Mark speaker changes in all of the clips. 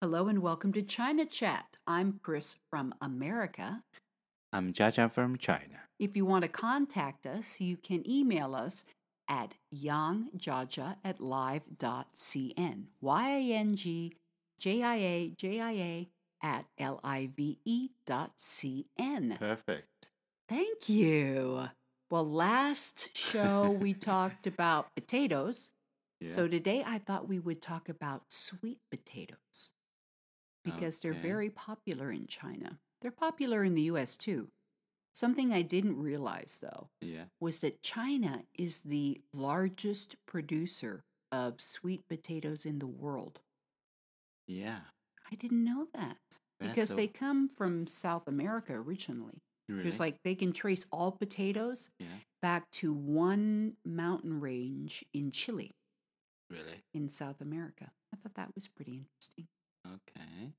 Speaker 1: Hello and welcome to China Chat. I'm Chris from America.
Speaker 2: I'm Jiajia from China.
Speaker 1: If you want to contact us, you can email us at yangjiajia at live.cn. Y-A-N-G-J-I-A-J-I-A at L-I-V-E E dot C-N.
Speaker 2: Perfect.
Speaker 1: Thank you. Well, last show we talked about potatoes.
Speaker 2: Yeah.
Speaker 1: So today I thought we would talk about sweet potatoes because they're
Speaker 2: Okay.
Speaker 1: very popular in China. They're popular in the US too. Something I didn't realize though
Speaker 2: yeah.
Speaker 1: was that China is the largest producer of sweet potatoes in the world.
Speaker 2: Yeah.
Speaker 1: I didn't know that
Speaker 2: That's
Speaker 1: because
Speaker 2: so-
Speaker 1: they come from South America originally.
Speaker 2: Really?
Speaker 1: There's like they can trace all potatoes
Speaker 2: Yeah.
Speaker 1: back to one mountain range in Chile.
Speaker 2: Really?
Speaker 1: in South America. I thought that was pretty interesting.
Speaker 2: Okay.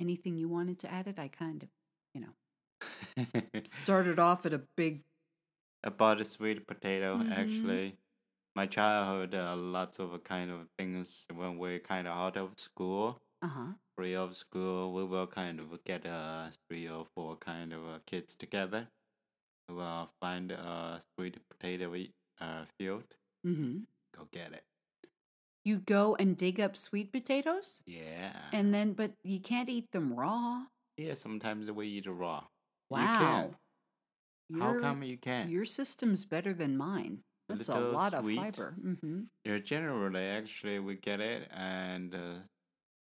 Speaker 1: Anything you wanted to add it? I kind of started off at a big
Speaker 2: About the sweet potato,
Speaker 1: Mhm.
Speaker 2: actually. My childhood, uh, lots of kind of things when we're kind of out of school,
Speaker 1: uh huh.
Speaker 2: free of school, we will kind of get uh, three or four kind of uh, kids together. We'll find a sweet potato uh, field,
Speaker 1: Mm-hmm.
Speaker 2: go get it.
Speaker 1: You go and dig up sweet potatoes,
Speaker 2: Yeah.
Speaker 1: and then but you can't eat them raw.
Speaker 2: yeah, sometimes we eat raw. You
Speaker 1: Wow.
Speaker 2: can. How
Speaker 1: Your-
Speaker 2: come you can't?
Speaker 1: your system's better than mine? That's a
Speaker 2: Little
Speaker 1: lot of
Speaker 2: sweet.
Speaker 1: fiber. Mm-hmm.
Speaker 2: Yeah, generally, actually, we get it and uh,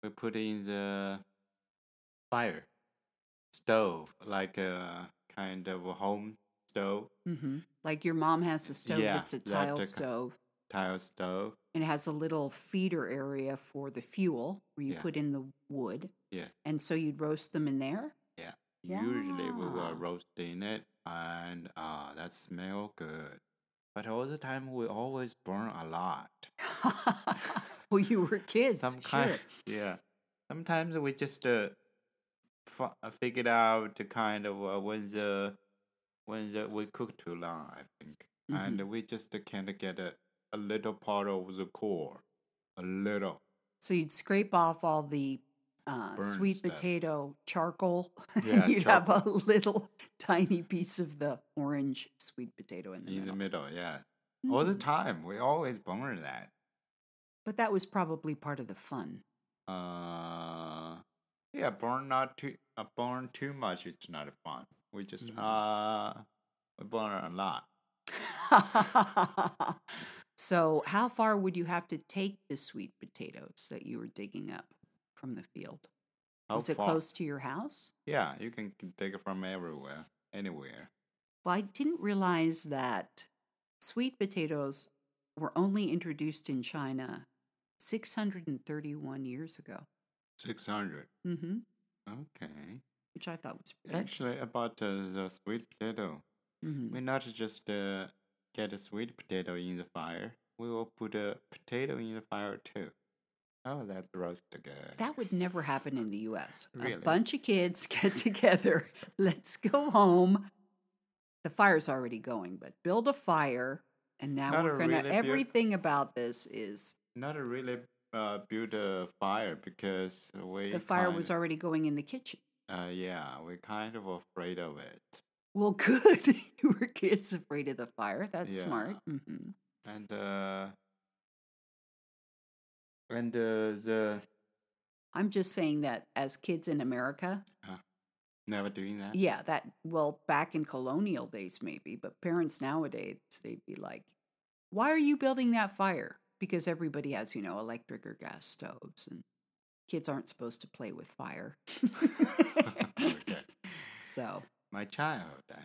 Speaker 2: we put it in the fire stove, like a kind of a home stove,
Speaker 1: Mm-hmm. Like your mom has a stove
Speaker 2: Yeah,
Speaker 1: that's a
Speaker 2: that
Speaker 1: tile
Speaker 2: the co-
Speaker 1: stove.
Speaker 2: tile stove.
Speaker 1: and it has a little feeder area for the fuel where you
Speaker 2: Yeah.
Speaker 1: put in the wood.
Speaker 2: Yeah.
Speaker 1: And so you'd roast them in there.
Speaker 2: Usually, we
Speaker 1: Wow.
Speaker 2: were roasting it, and uh, that smell good. But all the time, we always burn a lot.
Speaker 1: well, you were kids.
Speaker 2: Some
Speaker 1: sure.
Speaker 2: kind, yeah. Sometimes we just uh, f- figured out the kind of uh, when the when the, we cook too long, I think,
Speaker 1: Mhm.
Speaker 2: and we just can't get a, a little part of the core, a little.
Speaker 1: So you'd scrape off all the uh,
Speaker 2: Burn
Speaker 1: sweet
Speaker 2: stuff.
Speaker 1: potato charcoal.
Speaker 2: Yeah,
Speaker 1: you'd have a little tiny piece of the orange sweet potato in the
Speaker 2: in the
Speaker 1: middle.
Speaker 2: middle. Yeah, all the
Speaker 1: Mm.
Speaker 2: time we always burn that.
Speaker 1: But that was probably part of the fun.
Speaker 2: Uh, yeah, burn not too uh, burn too much. It's not fun. We just
Speaker 1: Mhm.
Speaker 2: uh we burn a lot.
Speaker 1: so, how far would you have to take the sweet potatoes that you were digging up from the field?
Speaker 2: How
Speaker 1: was it
Speaker 2: far?
Speaker 1: close to your house?
Speaker 2: Yeah, you can c- take it from everywhere, anywhere.
Speaker 1: Well, I didn't realize that sweet potatoes were only introduced in China 631 years ago,
Speaker 2: 600.
Speaker 1: hmm
Speaker 2: Okay.
Speaker 1: which I thought was pretty
Speaker 2: Mm-hmm. Actually, about uh, the sweet potato,
Speaker 1: interesting. Mhm.
Speaker 2: we not just uh, get a sweet potato in the fire, we will put a potato in the fire too. Oh, that's roast good.
Speaker 1: That would never happen in the U.S. A
Speaker 2: Really?
Speaker 1: bunch of kids get together. Let's go home. The fire's already going, but build a fire. And now
Speaker 2: Not
Speaker 1: we're
Speaker 2: a
Speaker 1: gonna.
Speaker 2: really beau-
Speaker 1: everything about this is
Speaker 2: Not a really uh, build a fire because we.
Speaker 1: the fire
Speaker 2: kind
Speaker 1: was
Speaker 2: of-
Speaker 1: already going in the kitchen.
Speaker 2: Uh, yeah, we're kind of afraid of it.
Speaker 1: Well, good. you were kids afraid of the fire. That's
Speaker 2: Yeah.
Speaker 1: smart. hmm
Speaker 2: And, uh. And uh, the.
Speaker 1: I'm just saying that as kids in America,
Speaker 2: Never doing that?
Speaker 1: yeah, that well, back in colonial days maybe, but parents nowadays they'd be like, "Why are you building that fire?" Because everybody has, you know, electric or gas stoves, and kids aren't supposed to play with fire.
Speaker 2: okay.
Speaker 1: So
Speaker 2: My childhood. I-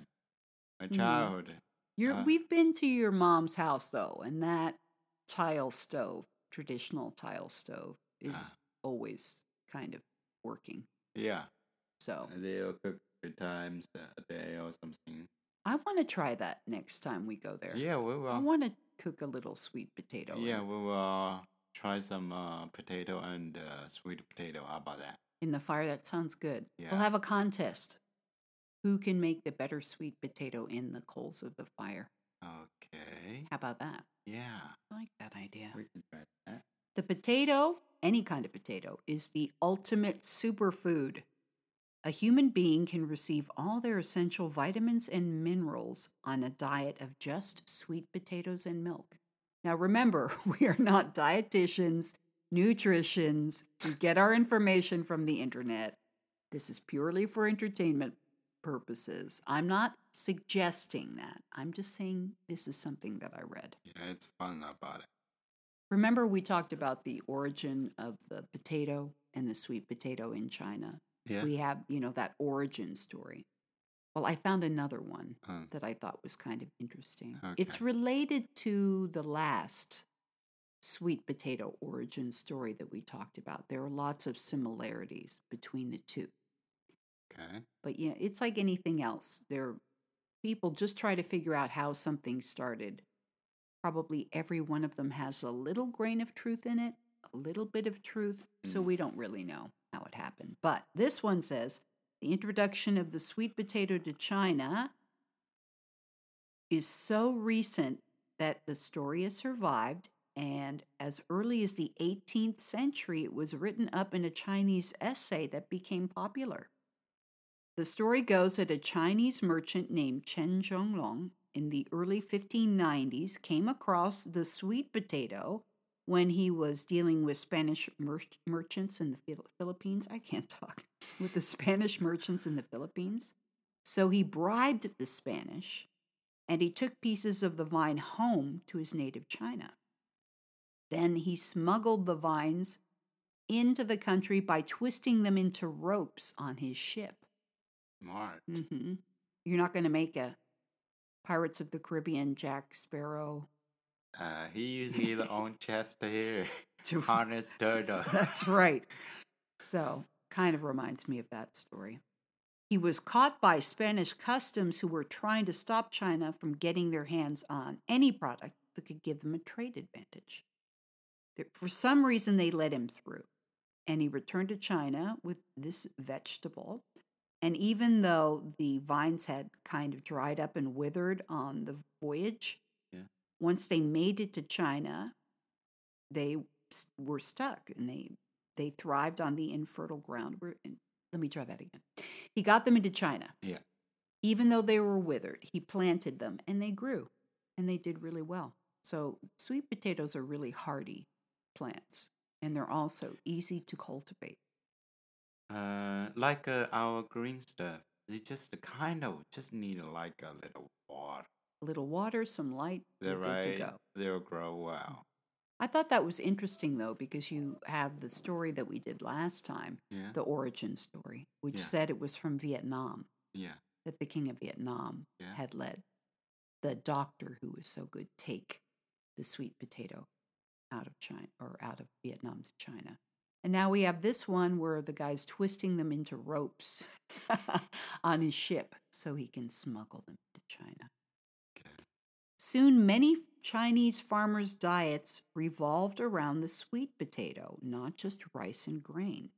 Speaker 2: My
Speaker 1: Mhm.
Speaker 2: childhood.
Speaker 1: you're,
Speaker 2: Uh.
Speaker 1: we've been to your mom's house though, and that tile stove, traditional tile stove, is
Speaker 2: Ah.
Speaker 1: always kind of working.
Speaker 2: Yeah. Oh.
Speaker 1: So
Speaker 2: They'll cook three times uh, a day or something.
Speaker 1: I want to try that next time we go there.
Speaker 2: Yeah, we
Speaker 1: I
Speaker 2: will.
Speaker 1: want to cook a little sweet potato.
Speaker 2: Uh Yeah,
Speaker 1: in,
Speaker 2: we will try some uh, potato and uh, sweet potato. How about that?
Speaker 1: in the fire. That sounds good. We'll
Speaker 2: Yeah.
Speaker 1: have a contest. Who can make the better sweet potato in the coals of the fire?
Speaker 2: Okay.
Speaker 1: How about that?
Speaker 2: Yeah,
Speaker 1: I like that idea.
Speaker 2: we can try that.
Speaker 1: The potato any kind of potato, is the ultimate superfood. A human being can receive all their essential vitamins and minerals on a diet of just sweet potatoes and milk. Now, remember, we are not dietitians, nutritionists. We get our information from the internet. This is purely for entertainment purposes. I'm not suggesting that. I'm just saying this is something that I read.
Speaker 2: Yeah, it's fun about it.
Speaker 1: Remember, we talked about the origin of the potato and the sweet potato in China.
Speaker 2: Yeah.
Speaker 1: We have, you know, that origin story. Well, I found another one
Speaker 2: Um,
Speaker 1: that I thought was kind of interesting. It's
Speaker 2: Okay.
Speaker 1: related to the last sweet potato origin story that we talked about. There are lots of similarities between the two.
Speaker 2: okay.
Speaker 1: But yeah, it's like anything else. There people just try to figure out how something started. Probably every one of them has a little grain of truth in it, a little bit of truth, so
Speaker 2: Mm.
Speaker 1: we don't really know how it happened. But this one says the introduction of the sweet potato to China is so recent that the story has survived and as early as the 18th century it was written up in a Chinese essay that became popular. The story goes that a Chinese merchant named Chen Zhonglong in the early 1590s came across the sweet potato when he was dealing with Spanish mer- merchants in the Phil- Philippines. I can't talk. With the Spanish merchants in the Philippines. So he bribed the Spanish and he took pieces of the vine home to his native China. Then he smuggled the vines into the country by twisting them into ropes on his ship.
Speaker 2: Smart.
Speaker 1: Mm-hmm. You're not going to make a Pirates of the Caribbean Jack Sparrow.
Speaker 2: Uh, he used his own chest here.
Speaker 1: To
Speaker 2: Harness turtle.
Speaker 1: That's right. So, kind of reminds me of that story. He was caught by Spanish customs who were trying to stop China from getting their hands on any product that could give them a trade advantage. There- For some reason, they let him through, and he returned to China with this vegetable. And even though the vines had kind of dried up and withered on the voyage,
Speaker 2: Yeah.
Speaker 1: once they made it to China, they s- were stuck and they they thrived on the infertile ground. Where- And let me try that again. He got them into China.
Speaker 2: Yeah.
Speaker 1: Even though they were withered, he planted them and they grew and they did really well. So sweet potatoes are really hardy plants and they're also easy to cultivate.
Speaker 2: Uh, like uh, our green stuff. They just kind of just need like a little water.
Speaker 1: A little water, some light,
Speaker 2: They're
Speaker 1: you're good to
Speaker 2: right.
Speaker 1: go.
Speaker 2: They'll grow well.
Speaker 1: I thought that was interesting though, because you have the story that we did last time,
Speaker 2: Yeah.
Speaker 1: the origin story, which
Speaker 2: Yeah.
Speaker 1: said it was from Vietnam.
Speaker 2: yeah.
Speaker 1: that the king of Vietnam
Speaker 2: Yeah.
Speaker 1: had let the doctor who was so good take the sweet potato out of China or out of Vietnam to China. And now we have this one where the guy's twisting them into ropes on his ship so he can smuggle them to China.
Speaker 2: Okay.
Speaker 1: Soon, many Chinese farmers' diets revolved around the sweet potato, not just rice and grain.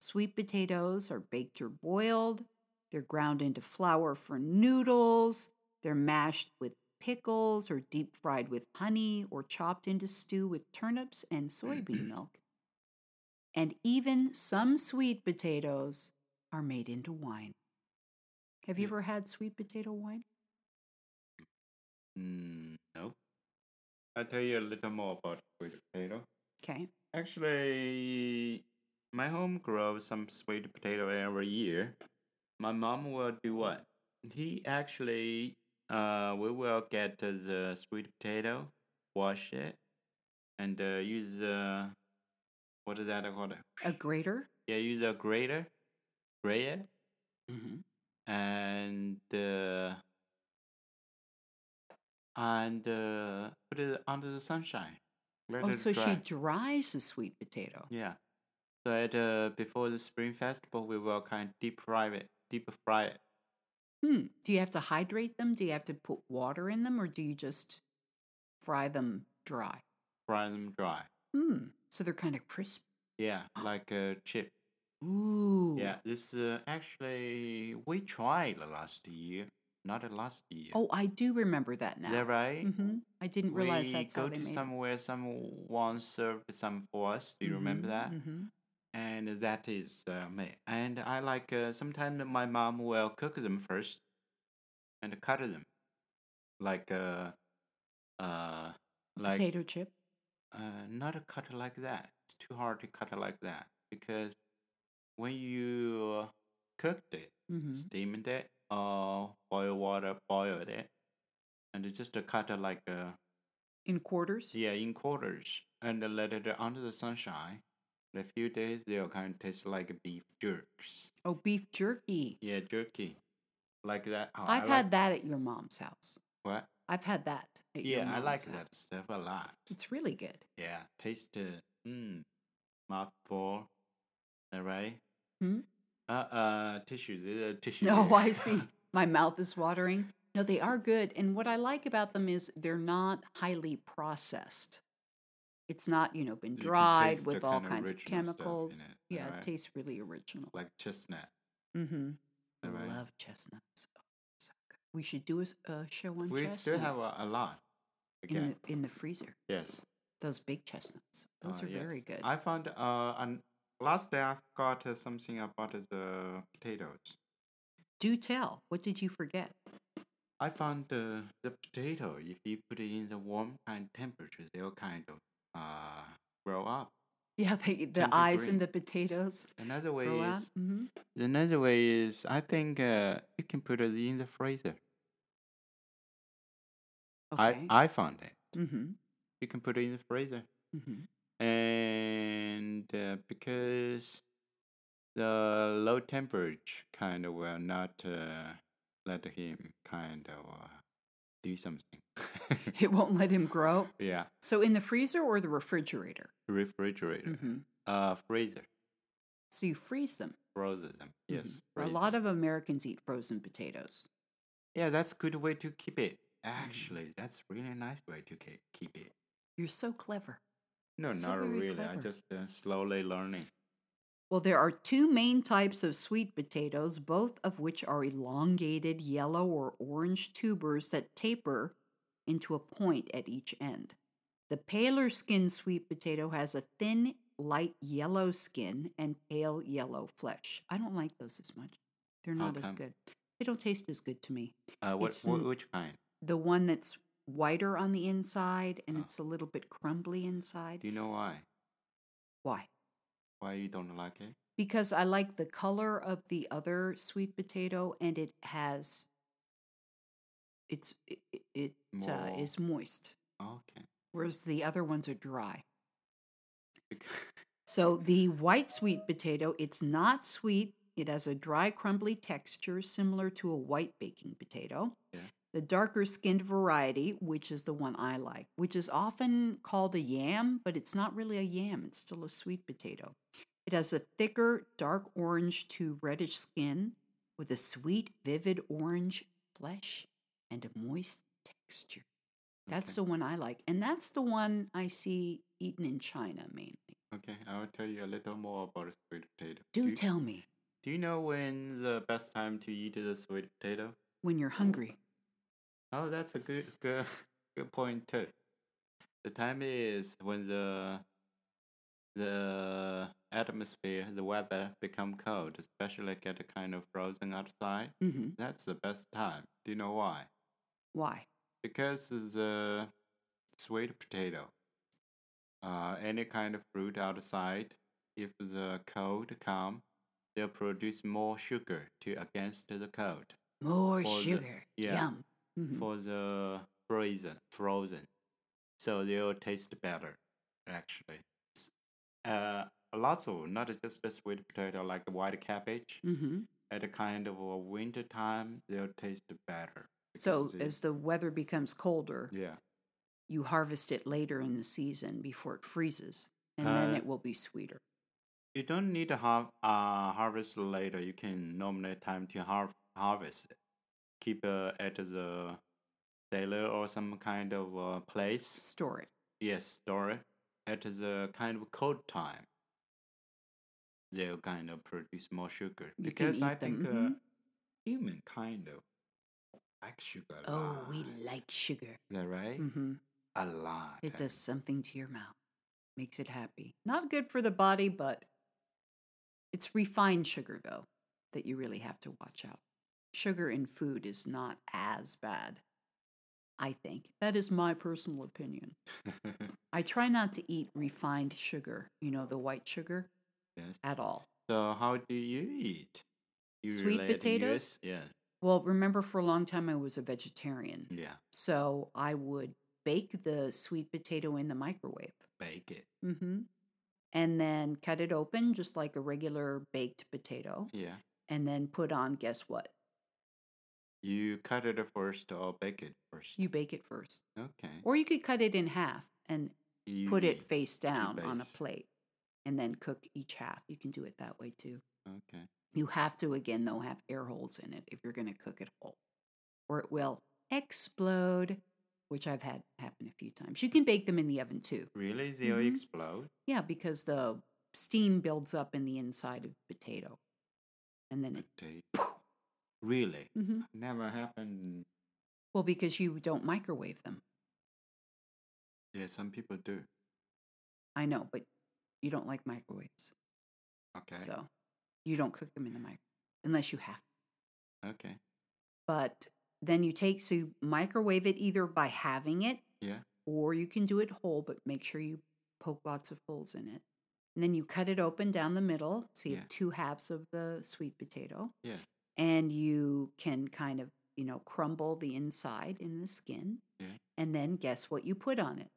Speaker 1: Sweet potatoes are baked or boiled, they're ground into flour for noodles, they're mashed with pickles or deep fried with honey or chopped into stew with turnips and soybean milk. And even some sweet potatoes are made into wine. Have you
Speaker 2: Mm.
Speaker 1: ever had sweet potato wine?
Speaker 2: Mm, no. I'll tell you a little more about sweet potato.
Speaker 1: Okay.
Speaker 2: Actually, my home grows some sweet potato every year. My mom will
Speaker 1: Hmm.
Speaker 2: do what? He actually, uh, we will get the sweet potato, wash it, and uh, use uh, what is that called?
Speaker 1: A grater?
Speaker 2: Yeah, use a grater, grate it,
Speaker 1: Mm-hmm.
Speaker 2: and uh, and uh, put it under the sunshine. Let
Speaker 1: Oh,
Speaker 2: it
Speaker 1: so she
Speaker 2: dry.
Speaker 1: dries the sweet potato.
Speaker 2: Yeah. So at uh, before the spring festival, we will kind of deep fry it, deep fry it.
Speaker 1: Hmm. Do you have to hydrate them? Do you have to put water in them, or do you just fry them dry?
Speaker 2: fry them dry.
Speaker 1: Hmm. So they're kind of crisp.
Speaker 2: Yeah, like a chip.
Speaker 1: Ooh.
Speaker 2: Yeah, this uh, actually we tried last year. not last year.
Speaker 1: Oh, I do remember that now.
Speaker 2: is that right?
Speaker 1: hmm I didn't realize
Speaker 2: we
Speaker 1: that's
Speaker 2: go
Speaker 1: how they
Speaker 2: to
Speaker 1: made
Speaker 2: somewhere, someone served some for us. Do
Speaker 1: it.
Speaker 2: you remember that?
Speaker 1: hmm
Speaker 2: And that is uh, me. And I like uh, sometimes my mom will cook them first, and cut them, like uh, uh, like
Speaker 1: Potato chip.
Speaker 2: uh, not cut like that. It's too hard to cut like that because when you cooked it,
Speaker 1: hmm
Speaker 2: steamed it, or boil water, boiled it, and it's just cut it like uh,
Speaker 1: In quarters.
Speaker 2: yeah, in quarters, and then let it under the sunshine. In a few days, they'll kind of taste like beef jerks.
Speaker 1: Oh, beef jerky.
Speaker 2: Yeah, jerky, like that. Oh, I
Speaker 1: I've
Speaker 2: like-
Speaker 1: had that at your mom's house.
Speaker 2: what?
Speaker 1: I've had that. At your
Speaker 2: Yeah, I
Speaker 1: mom's
Speaker 2: like
Speaker 1: house.
Speaker 2: that stuff a lot.
Speaker 1: It's really good.
Speaker 2: Yeah, taste it. Mmm, mouthful. All right.
Speaker 1: Hmm?
Speaker 2: Uh, uh, tissues. Uh, tissues.
Speaker 1: No, Oh, I see. My mouth is watering. No, they are good. And what I like about them is they're not highly processed. It's not, you know, been
Speaker 2: You can
Speaker 1: dried
Speaker 2: taste the
Speaker 1: with all
Speaker 2: kinda
Speaker 1: kinds of
Speaker 2: original stuff in
Speaker 1: chemicals.
Speaker 2: it,
Speaker 1: yeah,
Speaker 2: right?
Speaker 1: it tastes really original.
Speaker 2: like chestnut.
Speaker 1: Mm-hmm. I
Speaker 2: Right.
Speaker 1: love chestnuts. Oh, so good. We should do a, s- a show on
Speaker 2: We
Speaker 1: chestnuts
Speaker 2: still have a, a lot.
Speaker 1: in,
Speaker 2: Again,
Speaker 1: the, in the freezer.
Speaker 2: yes.
Speaker 1: Those big chestnuts. Those
Speaker 2: Uh,
Speaker 1: are very
Speaker 2: yes.
Speaker 1: good.
Speaker 2: I found uh an, last day I forgot uh, something about the potatoes.
Speaker 1: do tell. What did you forget?
Speaker 2: I found the the potato if you put it in the warm kind temperature they'll kind of uh grow up.
Speaker 1: Yeah, they, the
Speaker 2: Tender
Speaker 1: eyes
Speaker 2: green.
Speaker 1: and the potatoes
Speaker 2: Another way
Speaker 1: grow out.
Speaker 2: is
Speaker 1: hmm
Speaker 2: another way is I think uh you can put it in the freezer.
Speaker 1: Okay.
Speaker 2: I I found it.
Speaker 1: mm-hmm.
Speaker 2: You can put it in the freezer.
Speaker 1: Mm-hmm.
Speaker 2: and uh, because the low temperature kind of will not uh, let him kind of uh, do something.
Speaker 1: It won't let him grow.
Speaker 2: yeah,
Speaker 1: So in the freezer or the refrigerator?
Speaker 2: refrigerator,
Speaker 1: hmm
Speaker 2: uh, freezer,
Speaker 1: So you freeze them.
Speaker 2: frozen them. Yes,
Speaker 1: Mhm. A lot of Americans eat frozen potatoes.
Speaker 2: yeah, that's good way to keep it.
Speaker 1: Mm-hmm.
Speaker 2: Actually, that's really nice way to keep keep it.
Speaker 1: You're so clever.
Speaker 2: No,
Speaker 1: So
Speaker 2: not
Speaker 1: very
Speaker 2: really. I
Speaker 1: clever.
Speaker 2: just uh, slowly learning.
Speaker 1: Well, there are two main types of sweet potatoes, both of which are elongated yellow or orange tubers that taper into a point at each end. The paler skinned sweet potato has a thin, light yellow skin and pale yellow flesh. I don't like those as much. They're
Speaker 2: How
Speaker 1: not as
Speaker 2: come?
Speaker 1: good. They don't taste as good to me.
Speaker 2: Uh, what,
Speaker 1: It's
Speaker 2: what
Speaker 1: n-
Speaker 2: which kind?
Speaker 1: The one that's whiter on the inside and
Speaker 2: Oh.
Speaker 1: it's a little bit crumbly inside.
Speaker 2: Do you know why?
Speaker 1: Why?
Speaker 2: Why you don't like it?
Speaker 1: because I like the color of the other sweet potato and it has it's it, it- it uh,
Speaker 2: More-
Speaker 1: is moist
Speaker 2: Okay.
Speaker 1: whereas the other ones are dry.
Speaker 2: Because
Speaker 1: So the white sweet potato it's not sweet. It has a dry crumbly texture similar to a white baking potato.
Speaker 2: Yeah.
Speaker 1: The darker skinned variety, which is the one I like, which is often called a yam, but it's not really a yam, it's still a sweet potato. It has a thicker, dark orange to reddish skin with a sweet, vivid orange flesh and a moist texture. That's
Speaker 2: Okay.
Speaker 1: the one I like. And that's the one I see eaten in China mainly.
Speaker 2: Okay, I will tell you a little more about the sweet potato.
Speaker 1: Do
Speaker 2: you,
Speaker 1: tell me
Speaker 2: Do you know when the best time to eat the sweet potato?
Speaker 1: when you're hungry.
Speaker 2: Oh, that's a good good good point too. The time is when the the atmosphere, the weather become cold, especially get kind of frozen outside.
Speaker 1: hmm
Speaker 2: That's the best time. Do you know why?
Speaker 1: Why?
Speaker 2: Because the sweet potato, uh, any kind of fruit outside, if the cold come, they'll produce more sugar to against the cold
Speaker 1: More
Speaker 2: For the-
Speaker 1: sugar.
Speaker 2: yeah.
Speaker 1: Yum. Mhm.
Speaker 2: for the frozen frozen. So they'll taste better, actually. S- Uh, lots of not just the sweet potato like white cabbage.
Speaker 1: Mhm.
Speaker 2: At a kind of a winter time, they'll taste better.
Speaker 1: So
Speaker 2: because they-
Speaker 1: as the weather becomes colder,
Speaker 2: yeah.
Speaker 1: you harvest it later in the season before it freezes, and then
Speaker 2: Uh,
Speaker 1: it will be sweeter.
Speaker 2: You don't need to har- uh, harvest later. You can nominate time to har- harvest. it. Keep uh, at the cellar or some kind of uh, place.
Speaker 1: Store it.
Speaker 2: Yes, store it at the kind of cold time. They'll kind of produce more sugar
Speaker 1: You can mm-hmm.
Speaker 2: because I uh,
Speaker 1: eat them,
Speaker 2: think uh,
Speaker 1: mhm.
Speaker 2: human kind of like sugar. a
Speaker 1: Oh, we
Speaker 2: lot.
Speaker 1: like sugar.
Speaker 2: Is that right?
Speaker 1: hmm
Speaker 2: A lot.
Speaker 1: It does something to your mouth, makes it happy. Not good for the body, but it's refined sugar, though, that you really have to watch out. Sugar in food is not as bad, I think. That is my personal opinion. I try not to eat refined sugar, you know, the white sugar,
Speaker 2: yes.
Speaker 1: at all.
Speaker 2: So how do you eat? You
Speaker 1: Sweet
Speaker 2: relate to yours?
Speaker 1: potatoes? Well, remember, for a long time, I was a vegetarian.
Speaker 2: Yeah. Yeah.
Speaker 1: So I would bake the sweet potato in the microwave.
Speaker 2: Bake it.
Speaker 1: Mm-hmm. And then cut it open just like a regular baked potato.
Speaker 2: Yeah.
Speaker 1: And then put on, guess what?
Speaker 2: You cut it first or bake it first.
Speaker 1: You bake it first.
Speaker 2: okay.
Speaker 1: Or you could cut it in half and put it
Speaker 2: Easy.
Speaker 1: face down on a
Speaker 2: base.
Speaker 1: plate and then cook each half. You can do it that way too.
Speaker 2: Okay.
Speaker 1: You have to, again, though, have air holes in it if you're going to cook it whole, or it will explode, which I've had happen a few times. You can bake them in the oven too.
Speaker 2: Really? They'll
Speaker 1: Mhm.
Speaker 2: explode?
Speaker 1: Yeah, because the steam builds up in the inside of the potato. And then it.
Speaker 2: Potato. Really?
Speaker 1: Mhm.
Speaker 2: Never happened.
Speaker 1: Well, because you don't microwave them.
Speaker 2: Yeah, some people do.
Speaker 1: I know, but you don't like microwaves.
Speaker 2: Okay.
Speaker 1: So you don't cook them in the microwave unless you have to.
Speaker 2: Okay.
Speaker 1: But then you take, so you microwave it either by having it
Speaker 2: Yeah.
Speaker 1: or you can do it whole, but make sure you poke lots of holes in it. And then you cut it open down the middle. So you
Speaker 2: Yeah.
Speaker 1: have two halves of the sweet potato.
Speaker 2: Yeah.
Speaker 1: And you can kind of, you know, crumble the inside in the skin.
Speaker 2: Yeah.
Speaker 1: And then guess what you put on it?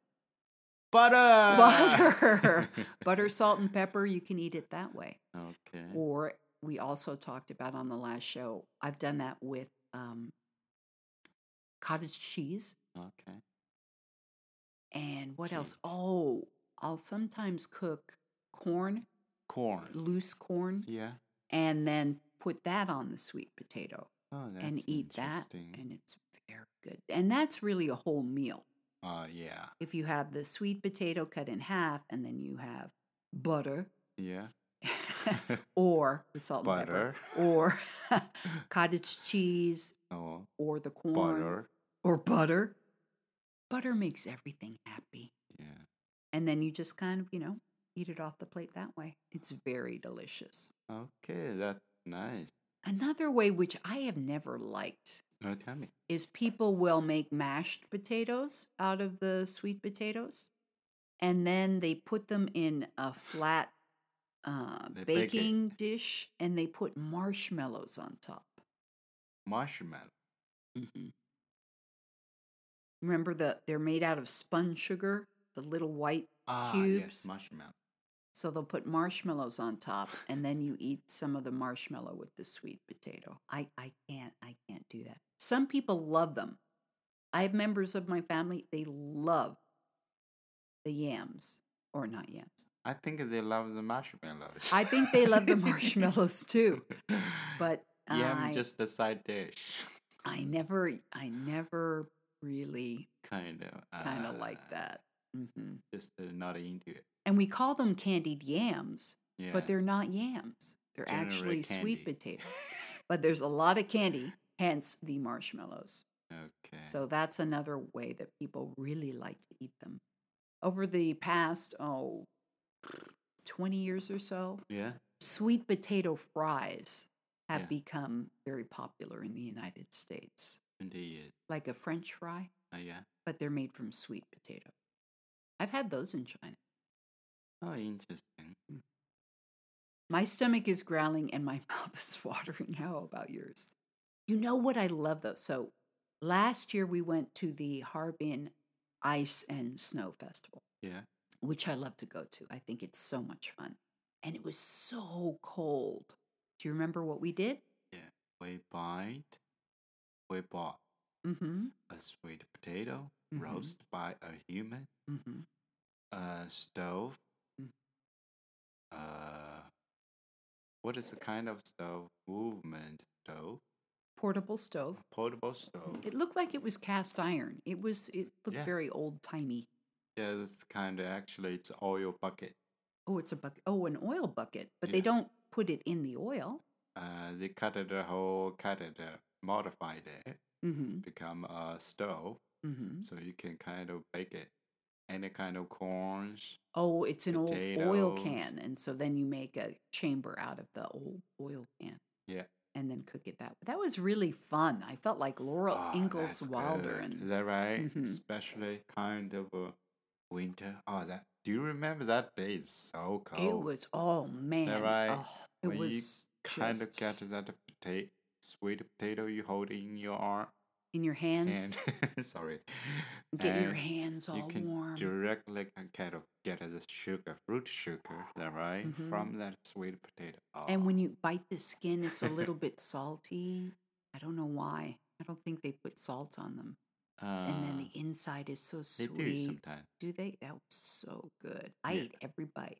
Speaker 2: Butter. Ah.
Speaker 1: Butter. Butter, salt, and pepper. You can eat it that way.
Speaker 2: Okay.
Speaker 1: Or we also talked about on the last show, I've done that with um, cottage cheese.
Speaker 2: Okay.
Speaker 1: And what else?
Speaker 2: Cheese.
Speaker 1: Oh, I'll sometimes cook corn,
Speaker 2: Corn.
Speaker 1: loose corn,
Speaker 2: Yeah.
Speaker 1: and then put that on the sweet potato
Speaker 2: Oh, that's
Speaker 1: and eat that.
Speaker 2: interesting.
Speaker 1: And it's very good. And that's really a whole meal.
Speaker 2: Uh, yeah.
Speaker 1: If you have the sweet potato cut in half and then you have butter
Speaker 2: Yeah.
Speaker 1: or the salt and pepper
Speaker 2: Butter.
Speaker 1: or cottage cheese
Speaker 2: Oh,
Speaker 1: or the corn
Speaker 2: butter.
Speaker 1: or butter. Butter makes everything happy.
Speaker 2: Yeah.
Speaker 1: and then you just kind of you know eat it off the plate that way it's very delicious
Speaker 2: Okay, that's nice.
Speaker 1: another way which i have never liked
Speaker 2: No, tell me.
Speaker 1: is people will make mashed potatoes out of the sweet potatoes and then they put them in a flat uh,
Speaker 2: They bake it.
Speaker 1: baking dish and they put marshmallows on top
Speaker 2: Marshmallow.
Speaker 1: mm-hmm. remember the they're made out of spun sugar the little white
Speaker 2: Ah,
Speaker 1: Cubes.
Speaker 2: yes, marshmallow.
Speaker 1: So they'll put marshmallows on top, and then you eat some of the marshmallow with the sweet potato. I, I can't I can't do that. Some people love them. I have members of my family they love the yams or not yams.
Speaker 2: I think they love the marshmallows.
Speaker 1: I think they love the marshmallows too, but
Speaker 2: yeah,
Speaker 1: I
Speaker 2: just the side dish,
Speaker 1: I never I never really
Speaker 2: kind of.
Speaker 1: kind of like
Speaker 2: uh,
Speaker 1: that. hmm
Speaker 2: Just uh, not into it.
Speaker 1: And we call them candied yams,
Speaker 2: Yeah.
Speaker 1: but they're not yams. They're
Speaker 2: Generally
Speaker 1: actually sweet
Speaker 2: candy.
Speaker 1: potatoes. but there's a lot of candy, hence the marshmallows.
Speaker 2: okay.
Speaker 1: So that's another way that people really like to eat them. Over the past, oh, 20 years or so,
Speaker 2: yeah.
Speaker 1: sweet potato fries have
Speaker 2: Yeah.
Speaker 1: become very popular in the United States,
Speaker 2: Indeed.
Speaker 1: like a french fry,
Speaker 2: Uh, yeah.
Speaker 1: but they're made from sweet potato. I've had those in China.
Speaker 2: Oh, interesting.
Speaker 1: My stomach is growling and my mouth is watering. How about yours? You know what I love though? So last year we went to the Harbin Ice and Snow Festival,
Speaker 2: Yeah.
Speaker 1: which I love to go to. I think it's so much fun. And it was so cold. Do you remember what we did?
Speaker 2: We bite. We bought
Speaker 1: Mm-hmm.
Speaker 2: a sweet potato
Speaker 1: Mhm.
Speaker 2: roast by a human.
Speaker 1: Mm-hmm.
Speaker 2: uh, stove.
Speaker 1: Mm.
Speaker 2: Uh, what is the kind of stove? Movement stove,
Speaker 1: Portable stove.
Speaker 2: portable stove.
Speaker 1: It looked like it was cast iron. It was it looked
Speaker 2: Yeah.
Speaker 1: very old timey.
Speaker 2: Yeah, this kind of actually it's oil bucket.
Speaker 1: Oh, it's a bucket. Oh, an oil bucket, but they
Speaker 2: Yeah.
Speaker 1: don't put it in the oil.
Speaker 2: Uh, they cut it a whole, cut it, uh, modified it,
Speaker 1: Mm-hmm.
Speaker 2: become a stove,
Speaker 1: Mm-hmm.
Speaker 2: so you can kind of bake it. Any kind of corns.
Speaker 1: Oh, it's an old oil
Speaker 2: Potatoes.
Speaker 1: can. And so then you make a chamber out of the old oil can.
Speaker 2: Yeah.
Speaker 1: And then cook it that way. That was really fun. I felt like Laurel
Speaker 2: Ah,
Speaker 1: Ingalls
Speaker 2: that's
Speaker 1: Wilder.
Speaker 2: good. Is
Speaker 1: And
Speaker 2: that right?
Speaker 1: Mhm.
Speaker 2: Especially kind of a winter. Oh, that. Do you remember that day? It's so cold.
Speaker 1: it was, oh man.
Speaker 2: right?
Speaker 1: oh, it
Speaker 2: When you
Speaker 1: was
Speaker 2: kind
Speaker 1: just
Speaker 2: of get that potato, sweet potato you hold in your arm.
Speaker 1: in your hands.
Speaker 2: And sorry.
Speaker 1: Getting your
Speaker 2: And
Speaker 1: hands all
Speaker 2: you can
Speaker 1: warm.
Speaker 2: directly can kind of get the sugar, fruit sugar, is that right?
Speaker 1: Mhm.
Speaker 2: From that sweet potato.
Speaker 1: And
Speaker 2: Oh,
Speaker 1: when you bite the skin, it's a little bit salty. I don't know why. I don't think they put salt on them. and then
Speaker 2: uh,
Speaker 1: the inside is so
Speaker 2: they
Speaker 1: sweet.
Speaker 2: do sometimes.
Speaker 1: Do they? That was so good. I
Speaker 2: Yeah.
Speaker 1: ate every bite.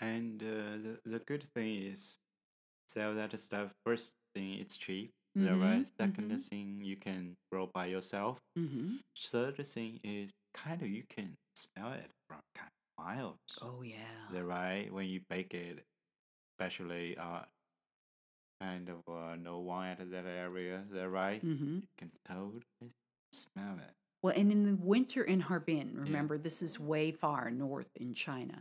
Speaker 2: And uh, the, the good thing is sell that stuff. First thing, it's cheap. is that right? 2nd
Speaker 1: mhm.
Speaker 2: thing, you can grow by yourself.
Speaker 1: hmm
Speaker 2: Third thing is kind of you can smell it from kind of miles.
Speaker 1: Oh yeah.
Speaker 2: Is that right? When you bake it, especially uh, kind of uh, no one at that area. Is that right?
Speaker 1: hmm
Speaker 2: You can totally smell it.
Speaker 1: Well, and in the winter in Harbin, remember this is way far north in China,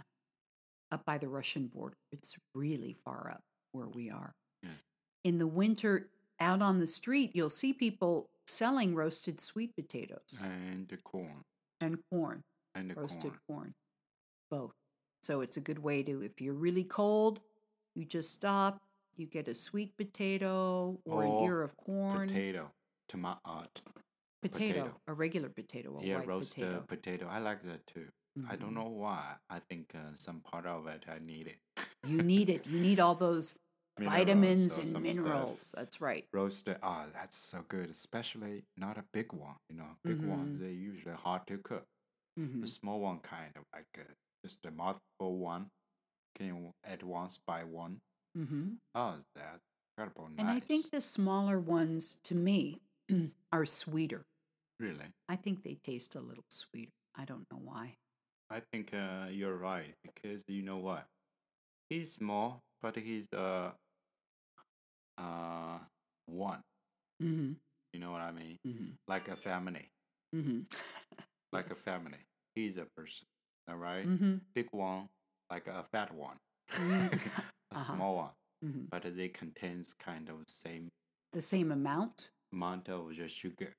Speaker 1: up by the Russian border. It's really far up where we are.
Speaker 2: Yes.
Speaker 1: In the winter, out on the street, you'll see people selling roasted sweet potatoes
Speaker 2: And the corn.
Speaker 1: and corn.
Speaker 2: And the
Speaker 1: roasted
Speaker 2: corn.
Speaker 1: corn. both. So it's a good way to, if you're really cold, you just stop, you get a sweet potato or an
Speaker 2: Or
Speaker 1: ear of corn.
Speaker 2: Potato. Tomato.
Speaker 1: potato,
Speaker 2: potato.
Speaker 1: a regular potato, a
Speaker 2: yeah,
Speaker 1: white
Speaker 2: roasted
Speaker 1: potato.
Speaker 2: potato. I like that too. I don't
Speaker 1: Mhm.
Speaker 2: know why. I think uh, some part of it I need it.
Speaker 1: You need it. You need all those
Speaker 2: Minerals
Speaker 1: vitamins
Speaker 2: or
Speaker 1: and
Speaker 2: some stuff.
Speaker 1: minerals. That's right.
Speaker 2: Roasted, ah, that's so good. Especially not a big one, you know. Big ones
Speaker 1: Mm-hmm.
Speaker 2: they're usually hard to cook.
Speaker 1: hmm
Speaker 2: The small one, kind of like uh just a multiple one, can you add once by one.
Speaker 1: hmm
Speaker 2: Oh, that's incredible.
Speaker 1: And I
Speaker 2: nice.
Speaker 1: think the smaller ones, to me, are sweeter.
Speaker 2: really,
Speaker 1: I think they taste a little sweeter. I don't know why.
Speaker 2: I think uh, you're right because you know what, he's small, but he's uh, uh, one.
Speaker 1: hmm
Speaker 2: You know what I mean?
Speaker 1: hmm
Speaker 2: Like a family.
Speaker 1: hmm
Speaker 2: like a
Speaker 1: Yes.
Speaker 2: family. He's a person, all right?
Speaker 1: hmm
Speaker 2: Big one, like a fat one,
Speaker 1: Mm.
Speaker 2: a
Speaker 1: Uh-huh.
Speaker 2: small one,
Speaker 1: hmm
Speaker 2: but they contains kind of same
Speaker 1: The same amount?
Speaker 2: amount of the sugar,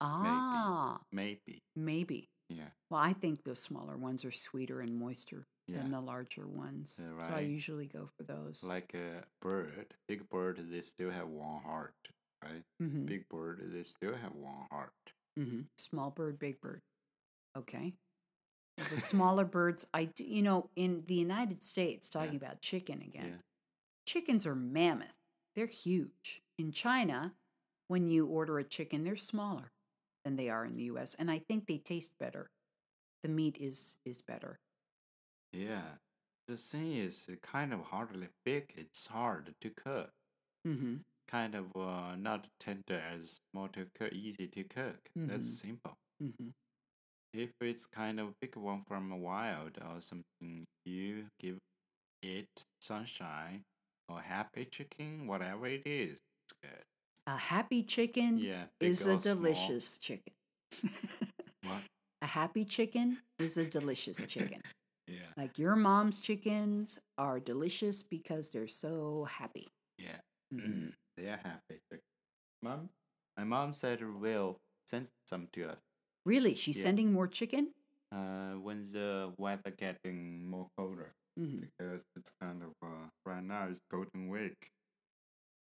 Speaker 1: Ah,
Speaker 2: maybe.
Speaker 1: maybe.
Speaker 2: Yeah,
Speaker 1: Well, I think the smaller ones are sweeter and moister
Speaker 2: yeah.
Speaker 1: than the larger ones.
Speaker 2: Yeah,
Speaker 1: So I
Speaker 2: right.
Speaker 1: usually go for those.
Speaker 2: Like a bird, big bird, they still have one heart, right?
Speaker 1: hmm
Speaker 2: Big bird, they still have one heart. Mm-hmm.
Speaker 1: hmm Small bird, big bird. Okay. Well, The smaller birds, I do, you know, in the United States, talking about chicken again,
Speaker 2: Yeah.
Speaker 1: chickens are mammoth. They're huge. In China, when you order a chicken, they're smaller than they are in the US. And I think they taste better. The meat is is better.
Speaker 2: Yeah. The thing is, it kind of hardly big. It's hard to cook.
Speaker 1: Mm-hmm.
Speaker 2: Kind of uh, not tender as more to cook, easy to cook. That's
Speaker 1: Mhm.
Speaker 2: simple.
Speaker 1: Mm-hmm.
Speaker 2: if it's kind of big one from a wild or something, you give it sunshine or happy chicken, whatever it is. It's good.
Speaker 1: A happy chicken
Speaker 2: Yeah, big
Speaker 1: Mm. is
Speaker 2: or
Speaker 1: a
Speaker 2: small.
Speaker 1: delicious chicken.
Speaker 2: What?
Speaker 1: a happy chicken is a delicious chicken.
Speaker 2: Yeah,
Speaker 1: like your mom's chickens are delicious because they're so happy.
Speaker 2: yeah. Mm-hmm.
Speaker 1: Mhm.
Speaker 2: they are happy chicken. Mom, my mom said will send some to us.
Speaker 1: Really, she's
Speaker 2: Yeah.
Speaker 1: sending more chicken?
Speaker 2: Uh, when the weather getting more colder,
Speaker 1: Mm-hmm.
Speaker 2: because it's kind of uh, right now it's Golden Week.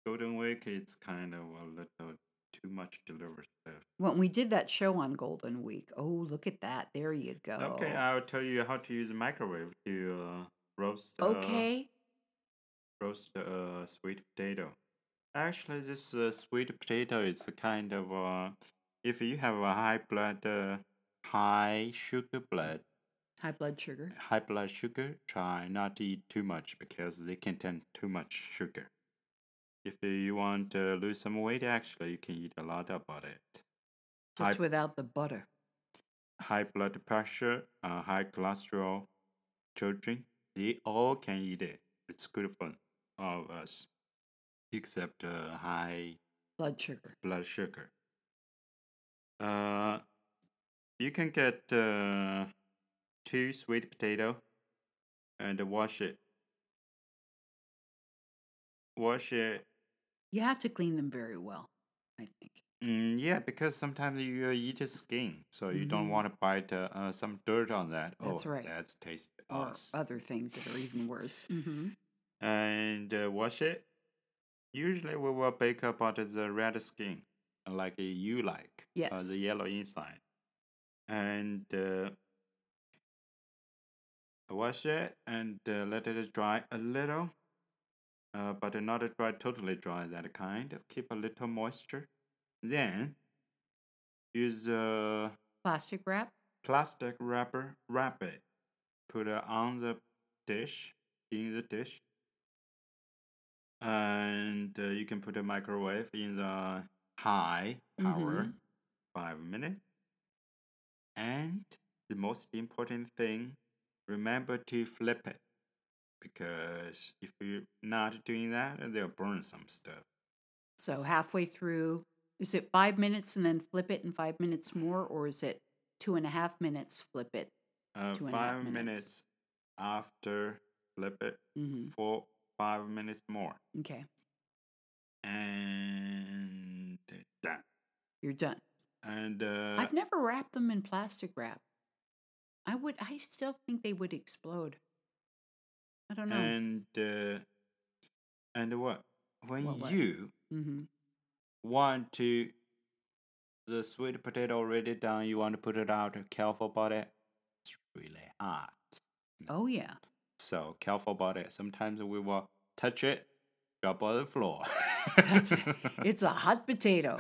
Speaker 2: Golden Week, it's kind of a little too much delivery stuff.
Speaker 1: When we did that show on Golden Week, oh, look at that. There you go.
Speaker 2: Okay, uh, I'll tell you how to use a microwave to uh, roast. Uh,
Speaker 1: Okay.
Speaker 2: Roast uh, sweet potato. Actually, this uh, sweet potato is a kind of uh, if you have a high blood, uh, high sugar blood,
Speaker 1: High blood sugar.
Speaker 2: high blood sugar, try not to eat too much because they contain too much sugar. If you want to lose some weight, actually, you can eat a lot about it.
Speaker 1: Just
Speaker 2: High-
Speaker 1: without the butter.
Speaker 2: high blood pressure, uh, high cholesterol, children, they all can eat it. It's good for all of us, except uh, high
Speaker 1: Blood sugar.
Speaker 2: blood sugar. Uh, you can get uh, two sweet potato and wash it. Wash it.
Speaker 1: You have to clean them very well, I think.
Speaker 2: Mm, yeah, because sometimes you uh, eat the skin, so you don't
Speaker 1: Mhm.
Speaker 2: want to bite uh, uh, some dirt on that.
Speaker 1: That's
Speaker 2: oh,
Speaker 1: right.
Speaker 2: That's taste
Speaker 1: Or
Speaker 2: us.
Speaker 1: other things that are even worse.
Speaker 2: mm-hmm.
Speaker 1: hmm
Speaker 2: and uh, wash it. Usually we will bake up on the red skin, like you like, uh,
Speaker 1: Yes.
Speaker 2: the yellow inside. And uh, wash it and uh, let it dry a little, uh, but not dry totally dry that kind. Keep a little moisture. Then use uh, a
Speaker 1: Plastic wrap.
Speaker 2: plastic wrapper, wrap it, put it on the dish, in the dish, and uh, you can put a microwave in the high power,
Speaker 1: Mhm.
Speaker 2: five minutes. And the most important thing, remember to flip it, because if you're not doing that, they'll burn some stuff.
Speaker 1: So halfway through, is it five minutes and then flip it in five minutes more, or is it two and a half minutes, flip it?
Speaker 2: Uh,
Speaker 1: Two and a half
Speaker 2: five
Speaker 1: minutes.
Speaker 2: minutes after flip it,
Speaker 1: hmm
Speaker 2: for five minutes more.
Speaker 1: Okay,
Speaker 2: and done.
Speaker 1: you're done.
Speaker 2: And uh,
Speaker 1: I've never wrapped them in plastic wrap. I would. I still think they would explode. I don't know.
Speaker 2: and uh, and what when
Speaker 1: What, what?
Speaker 2: you
Speaker 1: hmm
Speaker 2: want to the sweet potato already done, you want to put it out. uh, Careful about it. It's really hot.
Speaker 1: Oh yeah.
Speaker 2: So careful about it. Sometimes we will touch it, drop on the floor.
Speaker 1: That's it. It's a hot potato.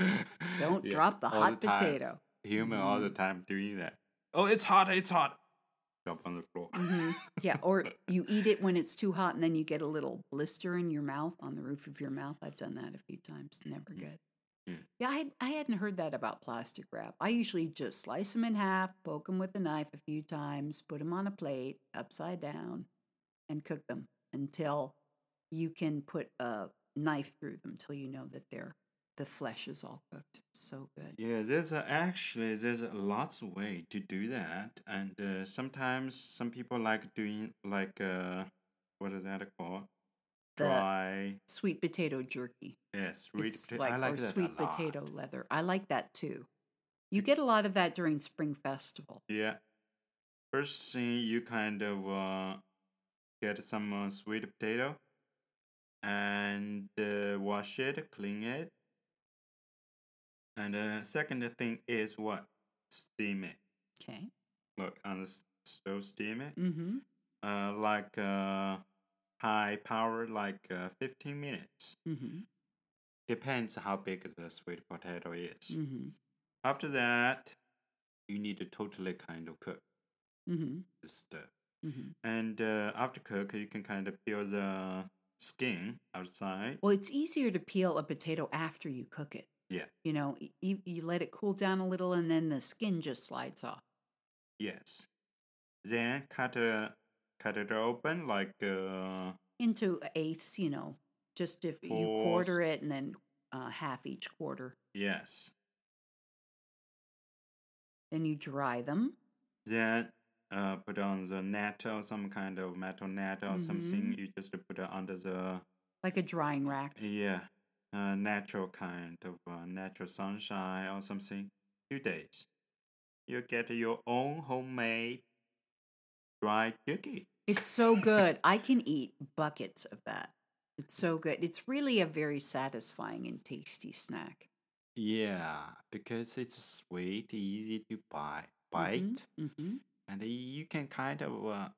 Speaker 1: Don't
Speaker 2: Yeah,
Speaker 1: drop the
Speaker 2: all
Speaker 1: hot
Speaker 2: time.
Speaker 1: potato. Mm-hmm.
Speaker 2: Human all the time doing that. Oh, it's hot! It's hot. Drop on the floor.
Speaker 1: hmm Yeah, or you eat it when it's too hot, and then you get a little blister in your mouth on the roof of your mouth. I've done that a few times. Never
Speaker 2: Mm.
Speaker 1: good.
Speaker 2: Mm.
Speaker 1: Yeah, I, had, I hadn't heard that about plastic wrap. I usually just slice them in half, poke them with a knife a few times, put them on a plate upside down, and cook them until you can put a knife through them till you know that they're the flesh is all cooked. So good.
Speaker 2: Yeah, there's a, actually there's a lots of way to do that, and uh, sometimes some people like doing like uh, what is that called?
Speaker 1: The-
Speaker 2: Dry,
Speaker 1: Sweet potato jerky.
Speaker 2: yeah, sweet
Speaker 1: It's
Speaker 2: potato.
Speaker 1: like,
Speaker 2: I like
Speaker 1: or
Speaker 2: that
Speaker 1: sweet
Speaker 2: a lot.
Speaker 1: potato leather. I like that too. You get a lot of that during spring festival.
Speaker 2: Yeah, first thing you kind of uh, get some uh, sweet potato, and uh, wash it, clean it, and uh, second thing is what steam it.
Speaker 1: Okay.
Speaker 2: Look on the s- stove, steam it.
Speaker 1: Mm-hmm.
Speaker 2: uh, like uh, high power, like uh, 15 minutes.
Speaker 1: Mm-hmm.
Speaker 2: Depends how big the sweet potato is.
Speaker 1: Mm-hmm.
Speaker 2: After that, you need to totally kind of cook
Speaker 1: Mm-hmm.
Speaker 2: the stuff.
Speaker 1: Mm-hmm.
Speaker 2: And uh, after cook, you can kind of peel the skin outside.
Speaker 1: Well, it's easier to peel a potato after you cook it.
Speaker 2: Yeah.
Speaker 1: You know, y- you, you let it cool down a little, and then the skin just slides off.
Speaker 2: Yes. Then cut uh, cut it open like uh,
Speaker 1: into eighths, you know, just if you
Speaker 2: Fourths.
Speaker 1: quarter it and then uh, half each quarter.
Speaker 2: yes.
Speaker 1: Then you dry them.
Speaker 2: Then uh, put on the net or some kind of metal net or something.
Speaker 1: Mhm.
Speaker 2: You just put it under the
Speaker 1: Like a drying rack.
Speaker 2: Yeah, uh, natural kind of uh, natural sunshine or something. Few days, you get your own homemade dried turkey.
Speaker 1: It's so good. I can eat buckets of that. It's so good. It's really a very satisfying and tasty snack.
Speaker 2: Yeah, because it's sweet, easy to buy, bite,
Speaker 1: Mhm,
Speaker 2: Mm-hmm.
Speaker 1: mhm.
Speaker 2: and you can kind of uh,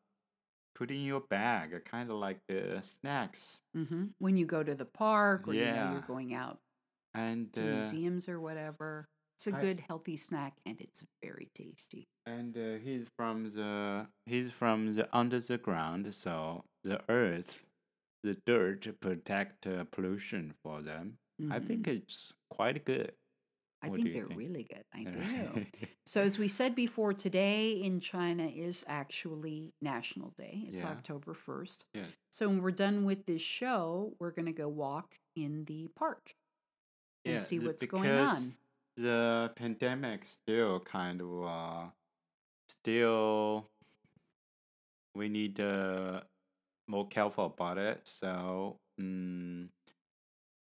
Speaker 2: put in your bag, uh, kind of like the snacks.
Speaker 1: Mhm. When you go to the park or you know you're
Speaker 2: Mm-hmm. Yeah.
Speaker 1: going out
Speaker 2: And
Speaker 1: to
Speaker 2: uh,
Speaker 1: museums or whatever. It's a
Speaker 2: I-
Speaker 1: good healthy snack and it's very tasty.
Speaker 2: and uh, he's from the he's from the under the ground, so the earth, the dirt protect uh, pollution for them. I
Speaker 1: Mhm.
Speaker 2: think it's quite good.
Speaker 1: I
Speaker 2: what do
Speaker 1: think
Speaker 2: you
Speaker 1: they're
Speaker 2: think?
Speaker 1: really good. I do. So, as we said before, today in China is actually National Day. It's
Speaker 2: Yeah.
Speaker 1: October 1st.
Speaker 2: Yes.
Speaker 1: So, when we're done with this show, we're going to go walk in the park and see
Speaker 2: the-
Speaker 1: what's going
Speaker 2: because
Speaker 1: on.
Speaker 2: the pandemic still kind of uh, still we need uh, more careful about it. So um,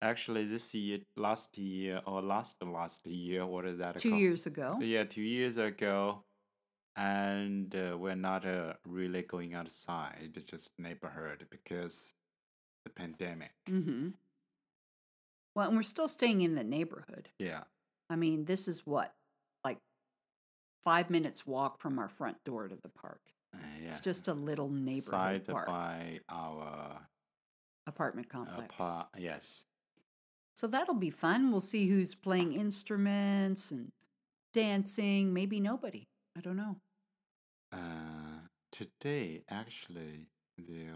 Speaker 2: actually, this year, last year, or last last year, what is that?
Speaker 1: Two
Speaker 2: called?
Speaker 1: years ago.
Speaker 2: Yeah, two years ago, and uh, we're not uh, really going outside. It's just neighborhood because the pandemic.
Speaker 1: Mm-hmm. Well, and we're still staying in the neighborhood.
Speaker 2: Yeah,
Speaker 1: I mean, this is what, like five minutes walk from our front door to the park.
Speaker 2: uh, yeah.
Speaker 1: It's just a little neighborhood
Speaker 2: side
Speaker 1: park,
Speaker 2: by our
Speaker 1: apartment complex.
Speaker 2: apart. Yes.
Speaker 1: So that'll be fun. We'll see who's playing instruments and dancing. Maybe nobody. I don't know.
Speaker 2: Uh, today actually they're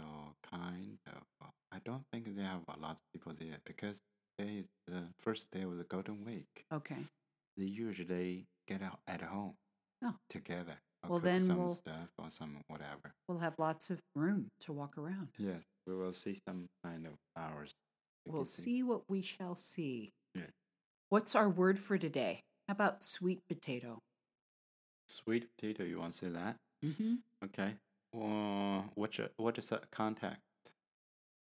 Speaker 2: kind of. uh, I don't think they have a lot of people there because today is the first day of the Golden Week.
Speaker 1: Okay.
Speaker 2: They usually get out at home
Speaker 1: Oh.
Speaker 2: together. Or
Speaker 1: Well,
Speaker 2: cook
Speaker 1: then
Speaker 2: some
Speaker 1: we'll-
Speaker 2: stuff or some whatever.
Speaker 1: We'll have lots of room to walk around.
Speaker 2: Yes, we will see some kind of flowers. We
Speaker 1: We'll
Speaker 2: can
Speaker 1: see what we shall see.
Speaker 2: Yeah.
Speaker 1: What's our word for today? How about sweet potato?
Speaker 2: Sweet potato. You want to see that?
Speaker 1: Mm-hmm.
Speaker 2: Okay. Uh, what's your, what is that contact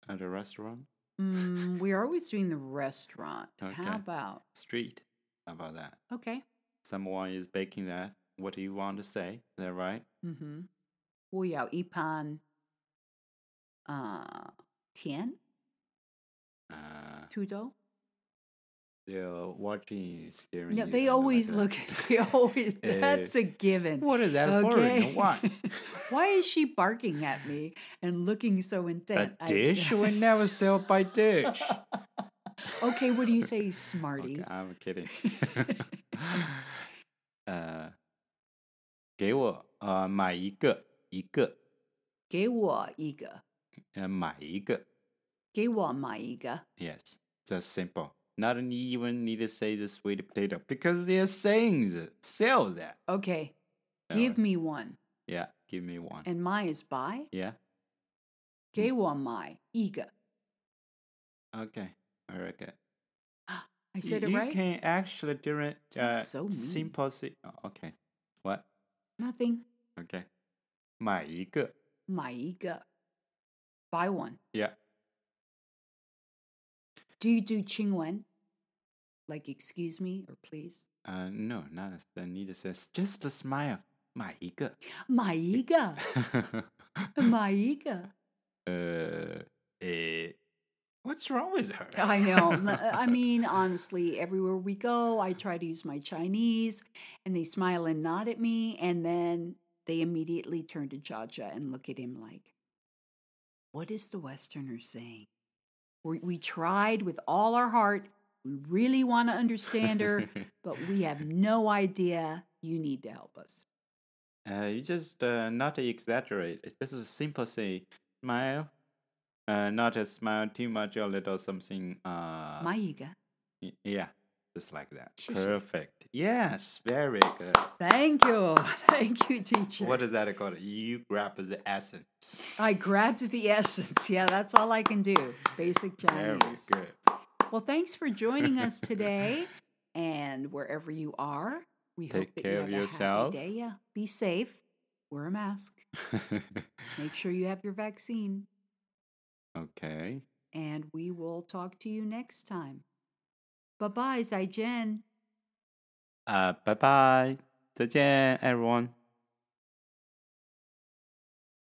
Speaker 2: at a restaurant?
Speaker 1: Mm, we are always doing the restaurant.
Speaker 2: Okay.
Speaker 1: How about?
Speaker 2: Street. How about that?
Speaker 1: Okay.
Speaker 2: Someone is baking that. What do you want to say? Is that right?
Speaker 1: Mm-hmm. uh, 我要一盘，啊、呃，甜土豆。
Speaker 2: Uh, they're watching, staring.
Speaker 1: No,
Speaker 2: you
Speaker 1: they
Speaker 2: and
Speaker 1: always
Speaker 2: like
Speaker 1: look.
Speaker 2: that.
Speaker 1: They always.
Speaker 2: Eh,
Speaker 1: That's a given.
Speaker 2: What is that
Speaker 1: Okay.
Speaker 2: for? What?
Speaker 1: Why is she barking at me and looking so
Speaker 2: A
Speaker 1: intent? I-
Speaker 2: dish? we never sell by dish.
Speaker 1: okay, what do you say, smarty?
Speaker 2: Okay, I'm kidding. uh, 给我, uh, 买一个,一个,呃,买一个. Yes, that's simple. Not an- even need to say the sweet potato because they're saying the, sell that.
Speaker 1: Okay,
Speaker 2: Uh,
Speaker 1: give me one.
Speaker 2: Yeah, give me one.
Speaker 1: And my is by.
Speaker 2: yeah,
Speaker 1: 给我买一个.
Speaker 2: okay, very good.
Speaker 1: I said it
Speaker 2: you
Speaker 1: right?
Speaker 2: can actually during
Speaker 1: not
Speaker 2: uh,
Speaker 1: so mean.
Speaker 2: simple. Si- oh, okay, what?
Speaker 1: Nothing.
Speaker 2: Okay, 买一个.
Speaker 1: 买一个. Buy one.
Speaker 2: Yeah,
Speaker 1: Do you do Qingwen? Like, excuse me or please?
Speaker 2: uh, no, not as I need to say s- just a smile. 买一个.
Speaker 1: 买一个.买一个.
Speaker 2: uh, eh, what's wrong with her?
Speaker 1: I know. L- I mean, honestly, everywhere we go, I try to use my Chinese and they smile and nod at me. And then they immediately turn to Jaja and look at him like, what is the Westerner saying? We, we tried with all our heart. We really want to understand her, but we have no idea. You need to help us.
Speaker 2: Uh, you just uh, not exaggerate. It's just a simple say, smile. Uh, not a smile too much or little something. Uh,
Speaker 1: Maiga.
Speaker 2: y- yeah, just like that.
Speaker 1: Shush.
Speaker 2: Perfect. Yes, very good.
Speaker 1: Thank you. Thank you, teacher.
Speaker 2: What is that called? You grab the essence.
Speaker 1: I grabbed the essence. Yeah, that's all I can do. Basic
Speaker 2: Very
Speaker 1: Chinese.
Speaker 2: good.
Speaker 1: Well, thanks for joining us today. and wherever you are, we hope
Speaker 2: Take
Speaker 1: that
Speaker 2: care
Speaker 1: you
Speaker 2: of
Speaker 1: have a
Speaker 2: yourself.
Speaker 1: happy day. Yeah, be safe. Wear a mask. Make sure you have your vaccine.
Speaker 2: okay.
Speaker 1: And we will talk to you next time. Bye bye, Zai Jen.
Speaker 2: Uh, bye bye. 再见, everyone.